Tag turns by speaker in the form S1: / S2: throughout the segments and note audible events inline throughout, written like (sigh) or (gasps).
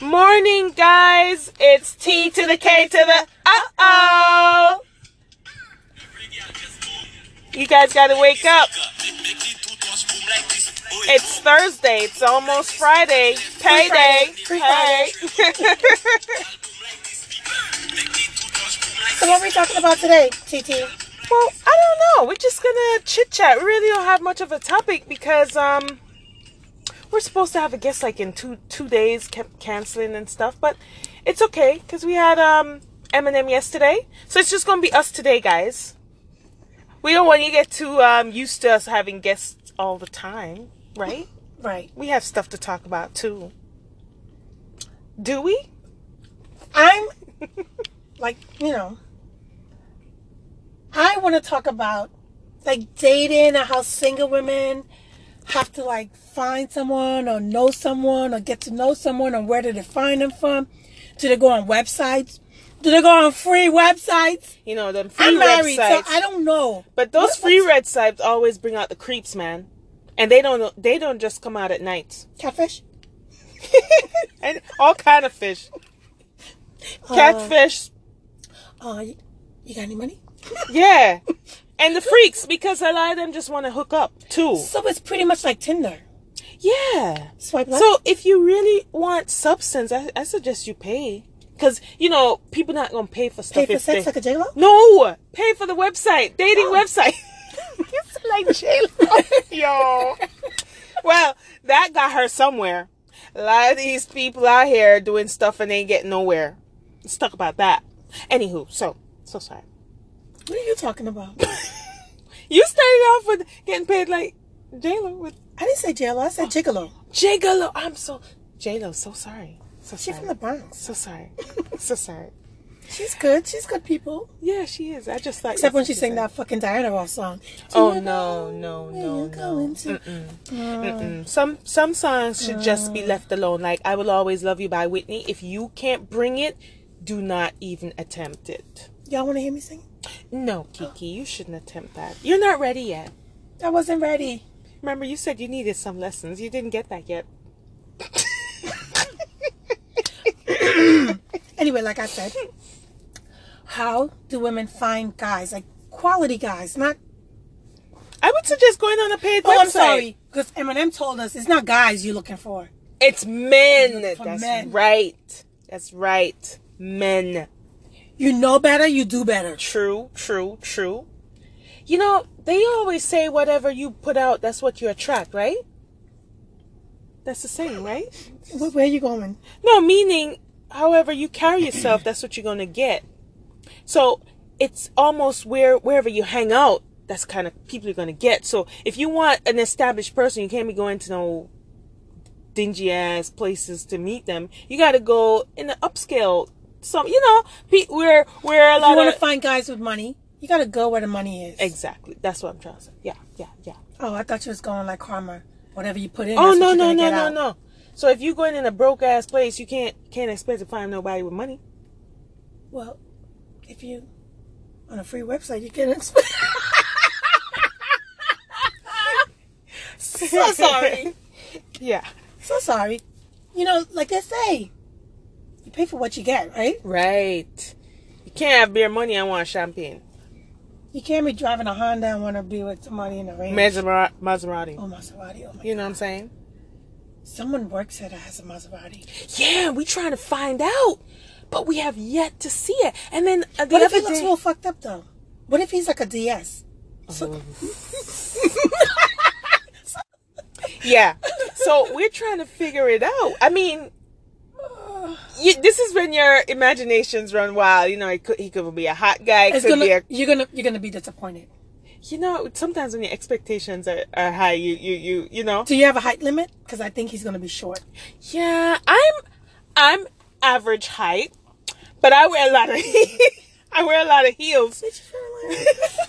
S1: Morning, guys. It's T to the K to the uh oh. You guys gotta wake up. It's (laughs) Thursday. It's almost Friday. Payday.
S2: Free
S1: Hey.
S2: Friday. So what are we talking about today, TT?
S1: well, I don't know. We're just gonna chit chat. We really don't have much of a topic because um, we're supposed to have a guest like in two two days, kept canceling and stuff. But it's okay because we had um Eminem yesterday, so it's just gonna be us today, guys. We don't want you to get too um, used to us having guests all the time, right?
S2: Right.
S1: We have stuff to talk about too. Do we?
S2: I'm like, you know, I want to talk about like dating and how single women have to like find someone or know someone or get to know someone or where do they find them from? Do they go on websites? Do they go on free websites?
S1: You know, them free
S2: I'm married,
S1: websites.
S2: so I don't know.
S1: But those
S2: What-
S1: free
S2: what's-
S1: red sites always bring out the creeps, man. And they don't they don't just come out at night.
S2: catfish,
S1: and all kind of
S2: (laughs)
S1: fish. Catfish.
S2: Uh, you, you got any money?
S1: Yeah. And the freaks because a lot of them just want to hook up too.
S2: So it's pretty much like Tinder.
S1: Yeah.
S2: Swipe left.
S1: So if you really want substance, I, I suggest you pay. Cause you know people not gonna pay for
S2: pay
S1: stuff.
S2: for
S1: if
S2: sex
S1: they-
S2: like a J Lo.
S1: no, pay for the website,
S2: (gasps)
S1: dating website. (laughs)
S2: like J (laughs)
S1: Yo. (laughs) Well, that got her somewhere. A lot of these people out here doing stuff and they ain't getting nowhere. Stuck about that. Anywho, so so sorry.
S2: What are you talking about?
S1: You started off with getting paid like J Lo with
S2: I didn't say J Lo. I said Gigolo.
S1: J Lo. I'm so J Lo. So sorry. So
S2: She's
S1: sorry.
S2: from the Bronx.
S1: so sorry. (laughs) so sorry.
S2: She's good. She's good people.
S1: Yeah, she is. I just thought.
S2: Except when she sang
S1: said
S2: that fucking Diana Ross song. Do
S1: Oh
S2: you
S1: no,
S2: know
S1: no,
S2: where
S1: no,
S2: you're
S1: no.
S2: going to?
S1: Mm. Some some songs should just
S2: Mm.
S1: be left alone. Like I will always love you by Whitney. If you can't bring it, do not even attempt it.
S2: Y'all want to hear me sing?
S1: No, Kiki, you shouldn't attempt that. You're not ready yet.
S2: I wasn't ready.
S1: Remember, you said you needed some lessons. You didn't get that yet.
S2: Anyway, like I said, how do women find guys like quality guys? Not
S1: I would suggest going on a paid
S2: oh,
S1: website.
S2: I'm sorry, because Eminem told us it's not guys you're looking for.
S1: It's men.
S2: For
S1: That's
S2: men.
S1: right. That's right. Men.
S2: You know better. You do better.
S1: True, true, true. You know, they always say whatever you put out, that's what you attract, right? That's the saying, right?
S2: Where, where are you going?
S1: No, meaning, however you carry yourself, that's what you're going to get. So it's almost where wherever you hang out, that's kind of people you're going to get. So if you want an established person, you can't be going to no dingy ass places to meet them. You got to go in the upscale. Some, you know, pe- where where a
S2: If you
S1: lot
S2: want
S1: of
S2: to find guys with money, you gotta go where the money is.
S1: Exactly. That's what I'm trying to say. Yeah, yeah, yeah.
S2: Oh, I thought you was going like karma. Whatever you put in.
S1: oh
S2: that's
S1: no
S2: what
S1: no
S2: you're
S1: no no
S2: gonna get out.
S1: no. So if you going in a broke ass place, you can't can't expect to find nobody with money.
S2: Well, if you on a free website, you can. Exp- (laughs) so sorry.
S1: (laughs) Yeah.
S2: (laughs) So sorry. You know, like they say, you pay for what you get, right?
S1: Right. You can't have beer money. I want champagne.
S2: You can't be driving a Honda and want to be with somebody in the rain.
S1: Maserati. Maserati.
S2: oh, Maserati. Oh my.
S1: You know what I'm saying?
S2: Someone works here that has a Maserati.
S1: Yeah, we trying to find out, but we have yet to see it. And then uh, the
S2: What if
S1: other
S2: he looks
S1: day,
S2: real fucked up though? What if he's like a DS? So-
S1: (laughs) yeah. So we're trying to figure it out. I mean, you, this is when your imaginations run wild. You know, it could, he could be a hot guy. It
S2: it's
S1: could
S2: gonna,
S1: be a,
S2: you're gonna you're gonna be disappointed.
S1: you know, sometimes when your expectations are, are high, you, you, you, you know.
S2: Do you have a height limit? Because I think he's gonna be short.
S1: Yeah, I'm, I'm average height, but I wear a lot of, (laughs) I wear a lot of heels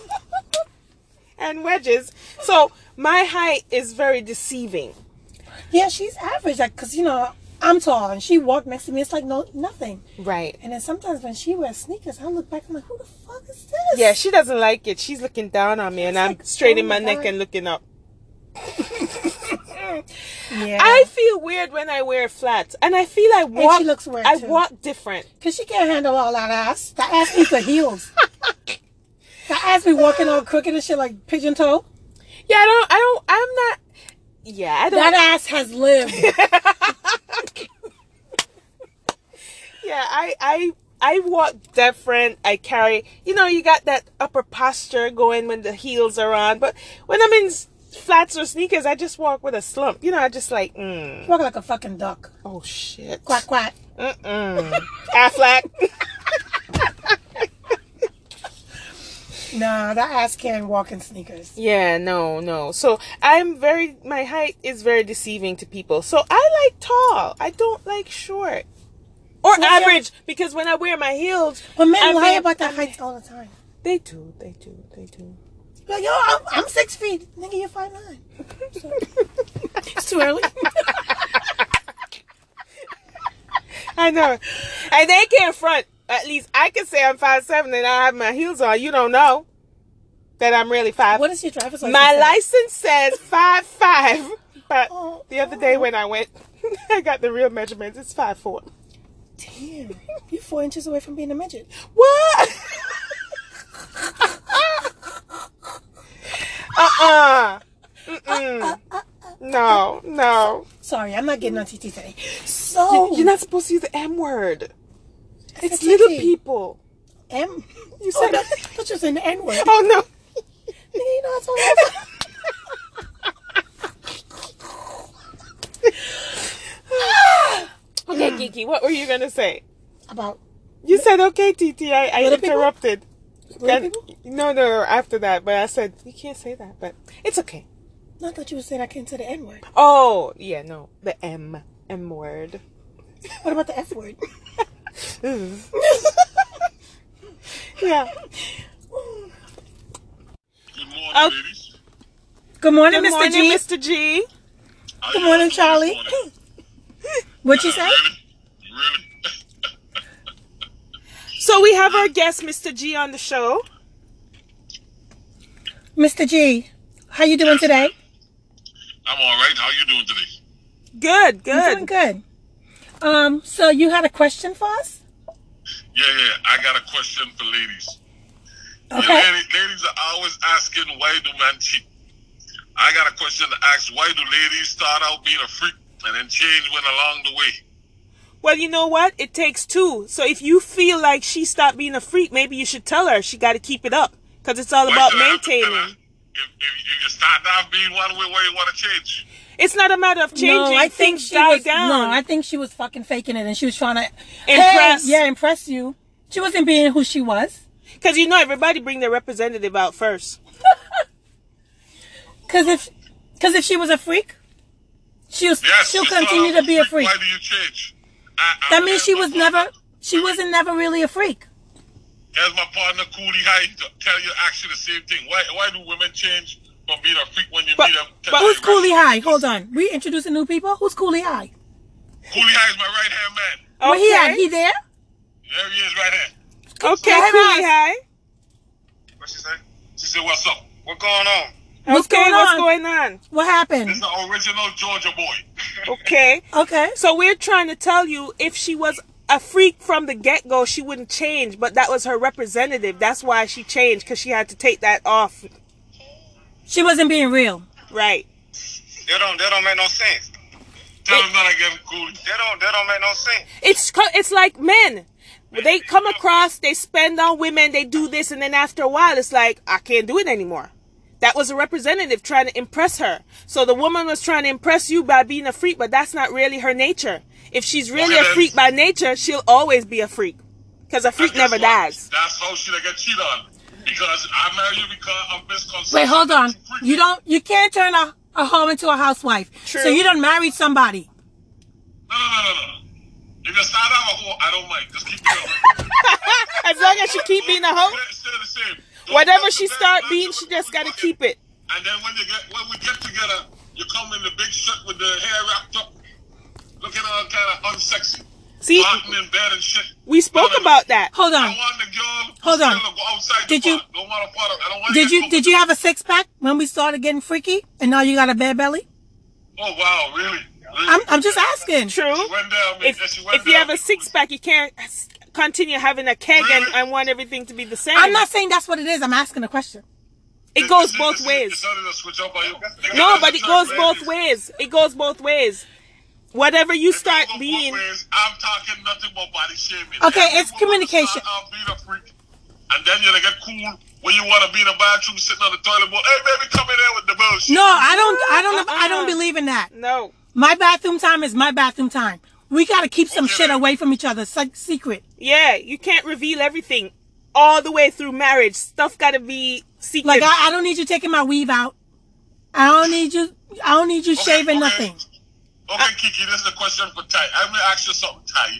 S2: (laughs)
S1: and wedges. So my height is very deceiving.
S2: yeah, she's average. Like, cause you know I'm tall, and she walked next to me. It's like no nothing.
S1: Right.
S2: And then sometimes when she wears sneakers, I look back. I'm like, who the fuck is this?
S1: Yeah, she doesn't like it. She's looking down on me, and I'm
S2: like,
S1: straining
S2: oh
S1: my
S2: my
S1: neck
S2: God.
S1: and looking up.
S2: Yeah.
S1: I feel weird when I wear flats, and I feel I walk.
S2: she looks weird,
S1: I
S2: too.
S1: walk different.
S2: Cause she can't handle all that ass. That ass needs the
S1: (laughs)
S2: heels. that ass be walking all crooked and shit like pigeon toe.
S1: Yeah, I don't. I don't. I'm not. Yeah, I don't.
S2: That ass has
S1: (laughs)
S2: lived.
S1: yeah, I. I. I walk different. I carry, you know, you got that upper posture going when the heels are on. But when I'm in s- flats or sneakers, I just walk with a slump. You know, I just like, mm,
S2: Walk like a fucking duck.
S1: oh shit.
S2: Quack quack.
S1: Mm-mm. Affleck. (laughs)
S2: Nah, that ass can't walk in sneakers.
S1: Yeah, no, no. So I'm very, my height is very deceiving to people. So I like tall. I don't like short. Or
S2: yeah.
S1: average, because when I wear my heels,
S2: But men
S1: I
S2: lie
S1: mean-
S2: about their heights all the time.
S1: they do, they do, they do.
S2: Like, yo, I'm, I'm six feet. Nigga, you're five nine.
S1: (laughs)
S2: It's too early.
S1: I know. And they can't front. At least I can say I'm five seven and I have my heels on. You don't know that I'm really five.
S2: what is your driver's license?
S1: my
S2: say?
S1: license says five
S2: (laughs)
S1: five, but
S2: Oh,
S1: the other day when I went, (laughs) I got the real measurements. It's five four.
S2: Damn, you're four inches away from being a midget. (laughs)
S1: What? uh-uh. Mm-mm. No, no.
S2: Sorry, I'm not getting on TT today. So
S1: You're not supposed to use the M word.
S2: I
S1: It's
S2: said
S1: little
S2: TT.
S1: people.
S2: M.
S1: You said
S2: oh,
S1: it.
S2: no, I thought you was in the N (laughs) word.
S1: Oh no.
S2: Nigga, you know I told you all that.
S1: (gasps) Okay, Geeky, what were you gonna say?
S2: about
S1: You said okay, TT. I, I
S2: Little people?
S1: interrupted.
S2: little
S1: And-
S2: people.
S1: no, no, no, after that, but I said you can't say that, but it's okay.
S2: Not that you were saying I can't say the N word.
S1: Oh yeah, no, the M M word.
S2: What about the F word?
S1: (laughs) Yeah.
S3: Good morning,
S1: Oh.
S3: ladies.
S2: (laughs) Good morning,
S1: Good
S2: Mr.
S1: morning,
S2: G.
S1: Mr. G.
S3: How
S2: Good
S3: y'all
S2: morning,
S3: doing this
S2: Charlie.
S3: morning?
S2: What you say?
S3: Really? Really?
S1: So we have our guest, Mr. G, on the show.
S2: Mr. G, how you doing today?
S3: (laughs) I'm all right. How you doing today?
S1: Good,
S2: I'm
S1: good.
S2: doing good. Um, so you had a question for us?
S3: Yeah, yeah. I got a question for ladies. Yeah,
S2: Okay.
S3: ladies, ladies are always asking why do men cheat. I got a question to ask. Why do ladies start out being a freak and then change when along the way?
S1: Well, you know what? It takes two. So if you feel like she stopped being a freak, maybe you should tell her she got to keep it up because it's all
S3: Why
S1: about
S3: should I have to tell her?
S1: maintaining.
S3: If, if, if you start off being one way, why you want to change?
S1: It's not a matter of changing.
S2: no, I think
S1: Things
S2: she
S1: die
S2: was
S1: down.
S2: no, I think she was fucking faking it, and she was trying to
S1: Impress.
S2: Hey, yeah, impress you. She wasn't being who she was.
S1: Because you know everybody bring their representative out first.
S2: Cause if, cause if she was a freak, she'll
S3: Yes.
S2: she'll
S3: you start
S2: continue
S3: out
S2: to be a freak.
S3: Why do you change? I, I-
S2: That means she was
S3: I'm-
S2: never she wasn't never really a freak.
S3: As my partner Cooley High tell you actually the same thing. Why why do women change from being a freak when you
S1: But-
S3: meet them?
S1: but
S2: Who's Cooley High? Hold on, we introducing new people. Who's Cooley High?
S3: Cooley High is my right hand man.
S2: Where he at?
S1: Okay.
S2: He there?
S3: There he is, right hand.
S1: Okay,
S2: Where he
S1: Cooley
S2: at?
S1: High.
S3: What she say? She said, What's up? What going on?
S2: What's
S1: okay,
S2: going
S1: what's
S2: on?
S1: going on?
S2: What
S3: This is
S2: happened?
S3: the original Georgia boy.
S1: Okay.
S2: Okay.
S1: So we're trying to tell you if she was a freak from the get go, she wouldn't change, but that was her representative. That's why she changed because she had to take that off.
S2: She wasn't being real.
S1: Right.
S4: That don't that don't make no sense.
S3: Tell him that again, Cooley.
S4: That don't that don't make no sense.
S1: It's co- it's like men. They come across, they spend on women, they do this, and then after a while, it's like I can't do it anymore. That was a representative trying to impress her. So the woman was trying to impress you by being a freak, but that's not really her nature. If she's really a
S3: Okay, then.
S1: freak by nature, she'll always be a freak, because a freak
S3: And guess
S1: never
S3: what?
S1: dies.
S3: That's how she like get cheated on. Because I married you because of misconception.
S2: Wait, hold on.
S3: Freak.
S2: You don't. You can't turn a, a home into a housewife. So
S1: True.
S2: you done married somebody.
S3: No, no, no, no, no. If you start out a hoe, I don't mind. Just keep it up.
S1: As long as she (laughs) keep being a hoe,
S3: Stay the same. Don't
S1: whatever
S3: come
S1: she
S3: to bed,
S1: start
S3: man,
S1: being,
S3: you
S1: she
S3: know
S1: just
S3: what
S1: gotta
S3: you
S1: keep it.
S3: And then when you get when we get together, you come in the big shirt with the hair wrapped up, looking all kind of unsexy,
S1: See,
S3: rotting in bed and shit.
S1: we spoke about that.
S2: Hold
S3: I
S2: on.
S3: want the girl.
S2: Hold on.
S3: Go outside
S2: Did
S3: the
S2: you-
S3: pot. Don't want to part of. I don't want.
S2: Did you did you have a six pack when we started getting freaky, and now you got a bare belly?
S3: Oh wow, really? really?
S2: I'm, I'm just asking.
S1: True.
S3: She went down, man.
S1: If,
S3: Yeah, she went
S1: if you
S3: down.
S1: have a six pack, you can't s- continue having a keg and, and want everything to be the same.
S2: I'm not saying that's what it is. I'm asking a question.
S3: It's-
S1: It goes
S3: it's-
S1: both
S3: it's-
S1: ways.
S3: It's not gonna switch up on you. They got
S1: No,
S3: other
S1: but it
S3: track
S1: goes both
S3: records.
S1: ways. It goes both ways. Whatever you
S3: It
S1: start
S3: goes both
S1: being,
S3: ways. I'm talking nothing but body shaming.
S2: Okay,
S3: Every
S2: it's
S3: woman
S2: communication.
S3: start out being a freak, and then you're gonna get cool when you wanna be in the bathroom sitting on the toilet bowl. Hey, baby, come in there with the bullshit.
S2: No, I don't. I don't. I don't
S1: Uh-uh.
S2: believe in that.
S1: no.
S2: My bathroom time is my bathroom time. We gotta keep some shit away from each other. Se- secret.
S1: Yeah, you can't reveal everything all the way through marriage. Stuff gotta be secret.
S2: Like I, I don't need you taking my weave out. I don't need you. I don't need you
S3: Okay,
S2: shaving
S3: okay.
S2: nothing.
S3: Okay, Kiki, this is a question for Ty. I'm gonna ask you something, Ty.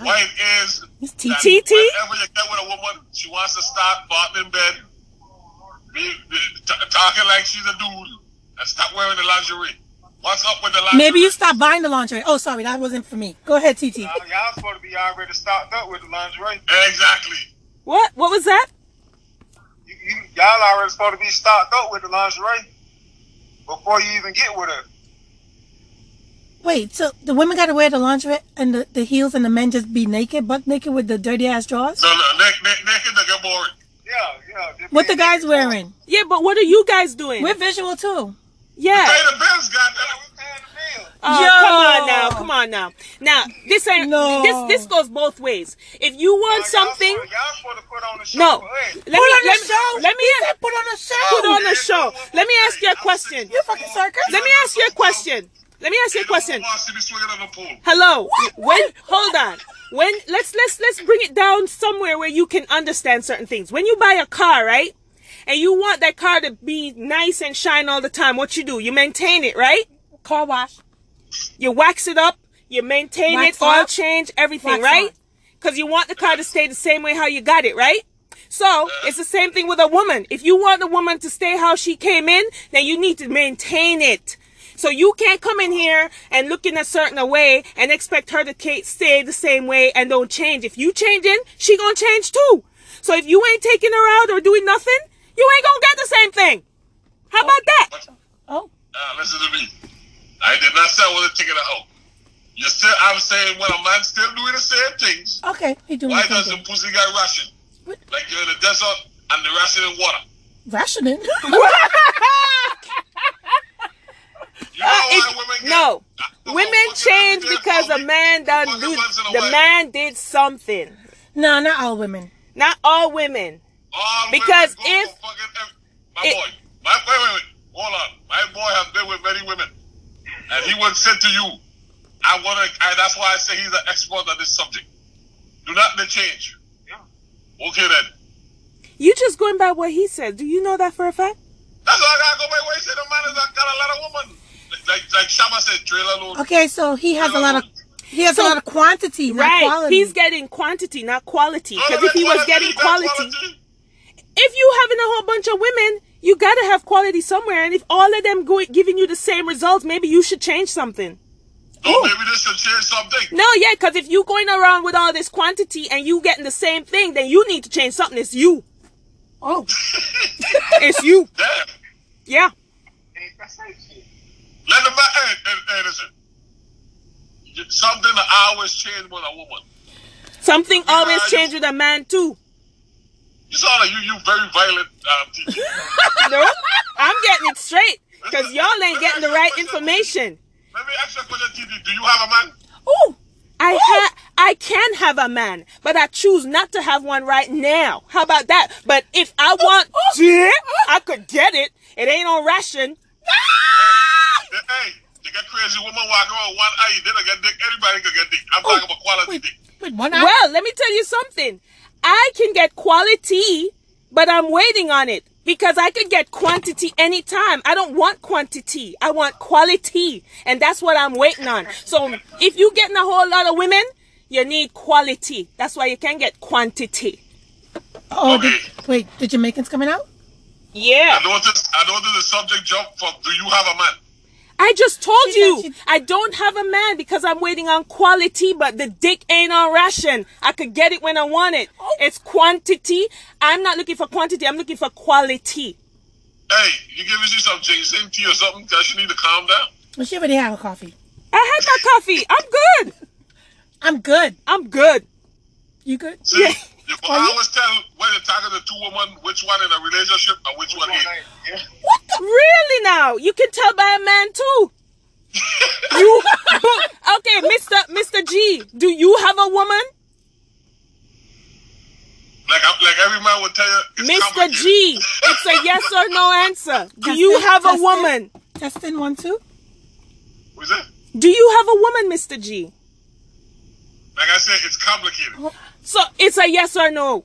S3: Why it is
S2: It's
S3: that
S2: TT.
S1: TT?
S3: whenever you get with a woman, she wants to start farting in bed, be, be, t- talking like she's a dude, and stop wearing the lingerie. What's up with the lingerie?
S2: Maybe you stop buying the lingerie. Oh, sorry, that wasn't for me. Go ahead, TT.
S4: Y'all, y'all supposed to be already stocked up with the lingerie.
S3: Exactly.
S1: what? What was that?
S4: You, you, y'all already supposed to be stocked up with the lingerie before you even get with her.
S2: Wait, so the women gotta wear the lingerie and the, the heels, and the men just be naked, butt naked with the dirty ass drawers.
S3: No, no, naked, naked, they get boring.
S4: Yeah, yeah. just
S2: What the
S4: being
S2: guys
S4: naked.
S2: wearing?
S1: Yeah, but what are you guys doing?
S2: We're visual too.
S1: yeah.
S3: Pay the bills,
S4: Yeah,
S3: goddamn.
S4: we paying the bill.
S1: Oh,
S2: Yo.
S1: come on now, come on now. Now this ain't
S2: No.
S1: this this goes both ways. If you
S4: Y'all-
S1: want
S4: y'all
S1: something,
S4: supposed- Y'all supposed to put on the show.
S1: no.
S4: for
S1: Let
S4: us.
S1: me let me let me
S2: put on a show.
S1: put on a show. Let me ask you a question.
S2: You fucking circus.
S1: Let me ask you a question. Let me ask you a question.
S3: Wants to be swinging on the pool.
S1: Hello. When hold on. When let's let's let's bring it down somewhere where you can understand certain things. When you buy a car, right? And you want that car to be nice and shine all the time. What you do? You maintain it, right?
S2: Car wash.
S1: You wax it up, you maintain
S2: Wax
S1: it, oil
S2: up,
S1: change, everything,
S2: wax
S1: right?
S2: on.
S1: Because you want the car to stay the same way how you got it, right? So it's the same thing with a woman. If you want the woman to stay how she came in, then you need to maintain it. So you can't come in here and look in a certain way and expect her to ca- stay the same way and don't change. If you change in, she gonna change too. So if you ain't taking her out or doing nothing, you ain't gonna get the same thing. How about that?
S3: But,
S2: Oh,
S3: uh, listen to me. I did not say I wasn't taking it out. You still, I'm saying when a man still doing the same things,
S2: okay. He doing
S3: why
S2: the
S3: does
S2: same
S3: the
S2: thing.
S3: pussy get ration?
S2: What?
S3: Like you're in the desert and the ration in water.
S2: rationing. (laughs)
S3: You know why
S1: it-
S3: women get,
S1: Uh, no.
S3: I- I-
S1: Women
S3: fucking
S1: change
S3: every day
S1: because
S3: for
S1: a
S3: week,
S1: man done
S3: fucking
S1: do
S3: once in a
S1: the
S3: while.
S1: man did something.
S2: no, not all women.
S1: Not all women.
S3: All
S1: Because
S3: women go
S1: if-
S3: for fucking ev- my
S1: it-
S3: boy, my wait, wait, wait, hold on, my boy has been with many women, and he once said to you, "I want to," and that's why I say he's an expert on this subject. Do not make change. Okay then.
S1: You just going by what he said. Do you know that for a fact?
S3: That's why I gotta go by what he said. The man has got a lot of women. Like- Like like Shama said, trailer load.
S2: Okay, so he has a lot of he has a lot of quantity, not
S1: right.
S2: quality.
S1: He's getting quantity, not quality.
S3: All of
S1: Because
S3: that
S1: if he was
S3: quality,
S1: getting
S3: that
S1: quality, if you having a whole bunch of women, you gotta have quality somewhere. And if all of them go- giving you the same results, maybe you should change something.
S3: Oh, maybe this should change something. (laughs)
S1: No, yeah, because if you going around with all this quantity and you getting the same thing, then you need to change something. It's you.
S2: oh,
S1: It's you.
S3: Damn.
S1: Yeah.
S4: Ain't that same shit?
S3: Let the man. Hey, hey, hey, listen. Something that always change with a woman.
S1: Something always
S3: you-
S1: changes with a man too.
S3: You sound like you you very violent. Um,
S1: (laughs)
S3: teacher.
S1: No, I'm getting it straight because y'all ain't getting the right information.
S3: Let me ask you a question, TD. Do you have a man?
S2: oh,
S1: I ha- I can have a man, but I choose not to have one right now. How about that? But if I want dick, I could get it. It ain't on ration.
S3: Hey, hey, you got crazy woman walking around with one eye. They don't get dick. Anybody can get dick. I'm
S1: Oh,
S3: talking about quality
S2: wait,
S3: dick.
S2: wait, one eye.
S1: Well, let me tell you something. I can get quality, but I'm waiting on it because I could get quantity anytime. I don't want quantity. I want quality. And that's what I'm waiting on. So if you getting a whole lot of women, you need quality. That's why you can get quantity.
S2: oh,
S3: okay.
S2: the, wait, the Jamaicans coming out?
S1: Yeah.
S3: I noticed. I noticed the subject jump from. Do you have a man?
S1: I just told
S2: She
S1: you
S2: said she-
S1: I don't have a man because I'm waiting on quality, but the dick ain't on ration. I could get it when I want it.
S2: Oh.
S1: It's quantity. I'm not looking for quantity. I'm looking for quality.
S3: Hey, you giving you some ginseng tea or something? Cause you need to calm down.
S2: Well, she already had her coffee.
S1: I had my coffee. I'm good.
S2: I'm good.
S1: I'm good.
S2: You good?
S3: See,
S1: Yeah.
S3: you-
S2: Are
S3: I
S2: you-
S3: always tell when you're talking to two women which one in a relationship and which one ain't.
S4: Yeah.
S1: What the? Really now? You can tell by a man too. you okay, Mister Mister G? Do you have a woman,
S3: Like, I, like every man would tell you, it's
S1: Mister
S3: complicated.
S1: G? It's
S3: (laughs)
S1: a yes or no answer. Do
S2: Test
S1: you
S2: it,
S1: have
S2: test
S1: a
S2: it.
S1: woman?
S2: Testing one, two.
S3: What is it?
S1: Do you have a woman, Mister G?
S3: Like I said, it's complicated.
S1: So it's a yes or no.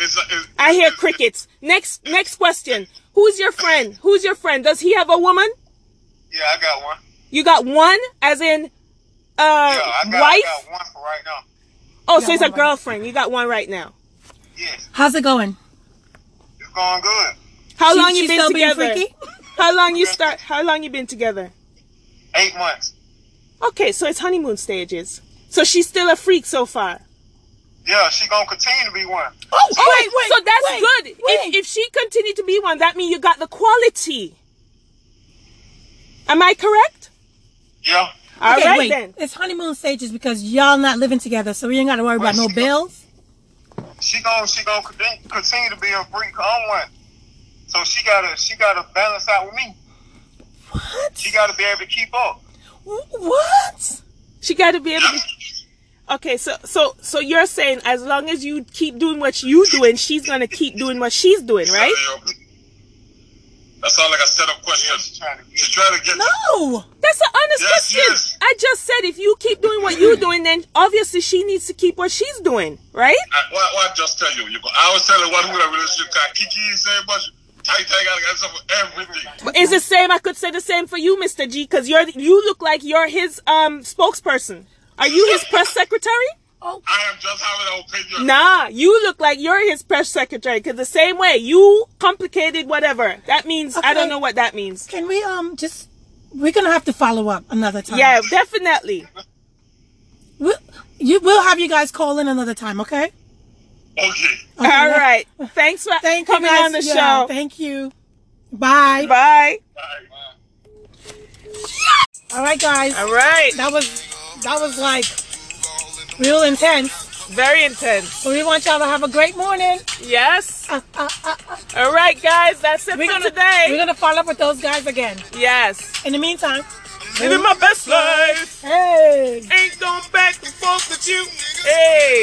S3: It's, a, it's
S1: I hear
S3: it's-
S1: crickets. Next next question. Who's your friend? Who's your friend? Does he have a woman?
S4: yeah, I got one.
S1: You got one, as in uh,
S4: Yeah, I got, I
S1: wife.
S4: got one for right now.
S1: Oh, so it's a
S2: one right now.
S1: girlfriend. You got one right now.
S4: Yes,
S2: How's it going?
S4: it's going good.
S1: How
S2: She-
S1: long you
S2: she's
S1: been
S2: still being
S1: together?
S2: freaky?
S1: (laughs) How long you start? How long you been together?
S4: Eight months.
S1: Okay, so it's honeymoon stages. So she's still a freak so far.
S4: Yeah, she gonna continue to be one.
S2: Oh, wait, wait.
S1: so that's
S2: wait,
S1: good.
S2: Wait.
S1: If, if she continued to be one, that means you got the quality. Am I correct?
S4: Yeah,
S1: All right
S2: okay, wait.
S1: then.
S2: It's honeymoon stages because y'all not living together, so we ain't got to worry about no
S4: Right.
S2: bills.
S4: she gonna she gonna conti- continue to be a freak on one. So she gotta she gotta balance out with me.
S2: What?
S4: She gotta be able to
S3: (laughs)
S4: keep up.
S2: Wh- What?
S1: She got to be able to. Okay, so so so you're saying as long as you keep doing what you doing, she's gonna keep doing what she's doing, right?
S3: That sounds like a setup question.
S4: She's trying to get.
S3: She's trying to get
S2: No.
S1: That's an honest
S3: Yes,
S1: question.
S3: yes.
S1: I just said if you keep doing what you're doing, then obviously she needs to keep what she's doing, right?
S3: I, what, what I just tell you, you go, I was telling one who in a relationship can Kiki say much, Tai Tai got to answer for everything.
S1: But It's the same. I could say the same for you, Mr. G, because you're you look like you're his um spokesperson. Are you his press secretary?
S3: I am just having an opinion.
S1: Nah, you look like you're his press secretary. Because the same way you complicated whatever that means. I don't
S2: Okay.
S1: know what that means.
S2: Can we um just? We're gonna have to follow up another time.
S1: Yeah, definitely.
S2: We'll, you, we'll have you guys call in another time, okay?
S3: Okay.
S1: All right. Thanks for
S2: Thank you
S1: coming
S2: guys.
S1: on the
S2: Yeah,
S1: show.
S2: Thank you. Bye.
S1: Bye.
S3: Bye.
S2: All right, guys.
S1: All right.
S2: That was that was like real intense.
S1: Very intense.
S2: So we want y'all to have a great morning.
S1: Yes.
S2: Uh, uh, uh, uh.
S1: All right, guys. That's it for
S2: we're
S1: today.
S2: gonna follow up with those guys again.
S1: Yes.
S2: In the meantime,
S1: Living my best life.
S2: hey.
S1: Ain't going back and forth with you. Hey.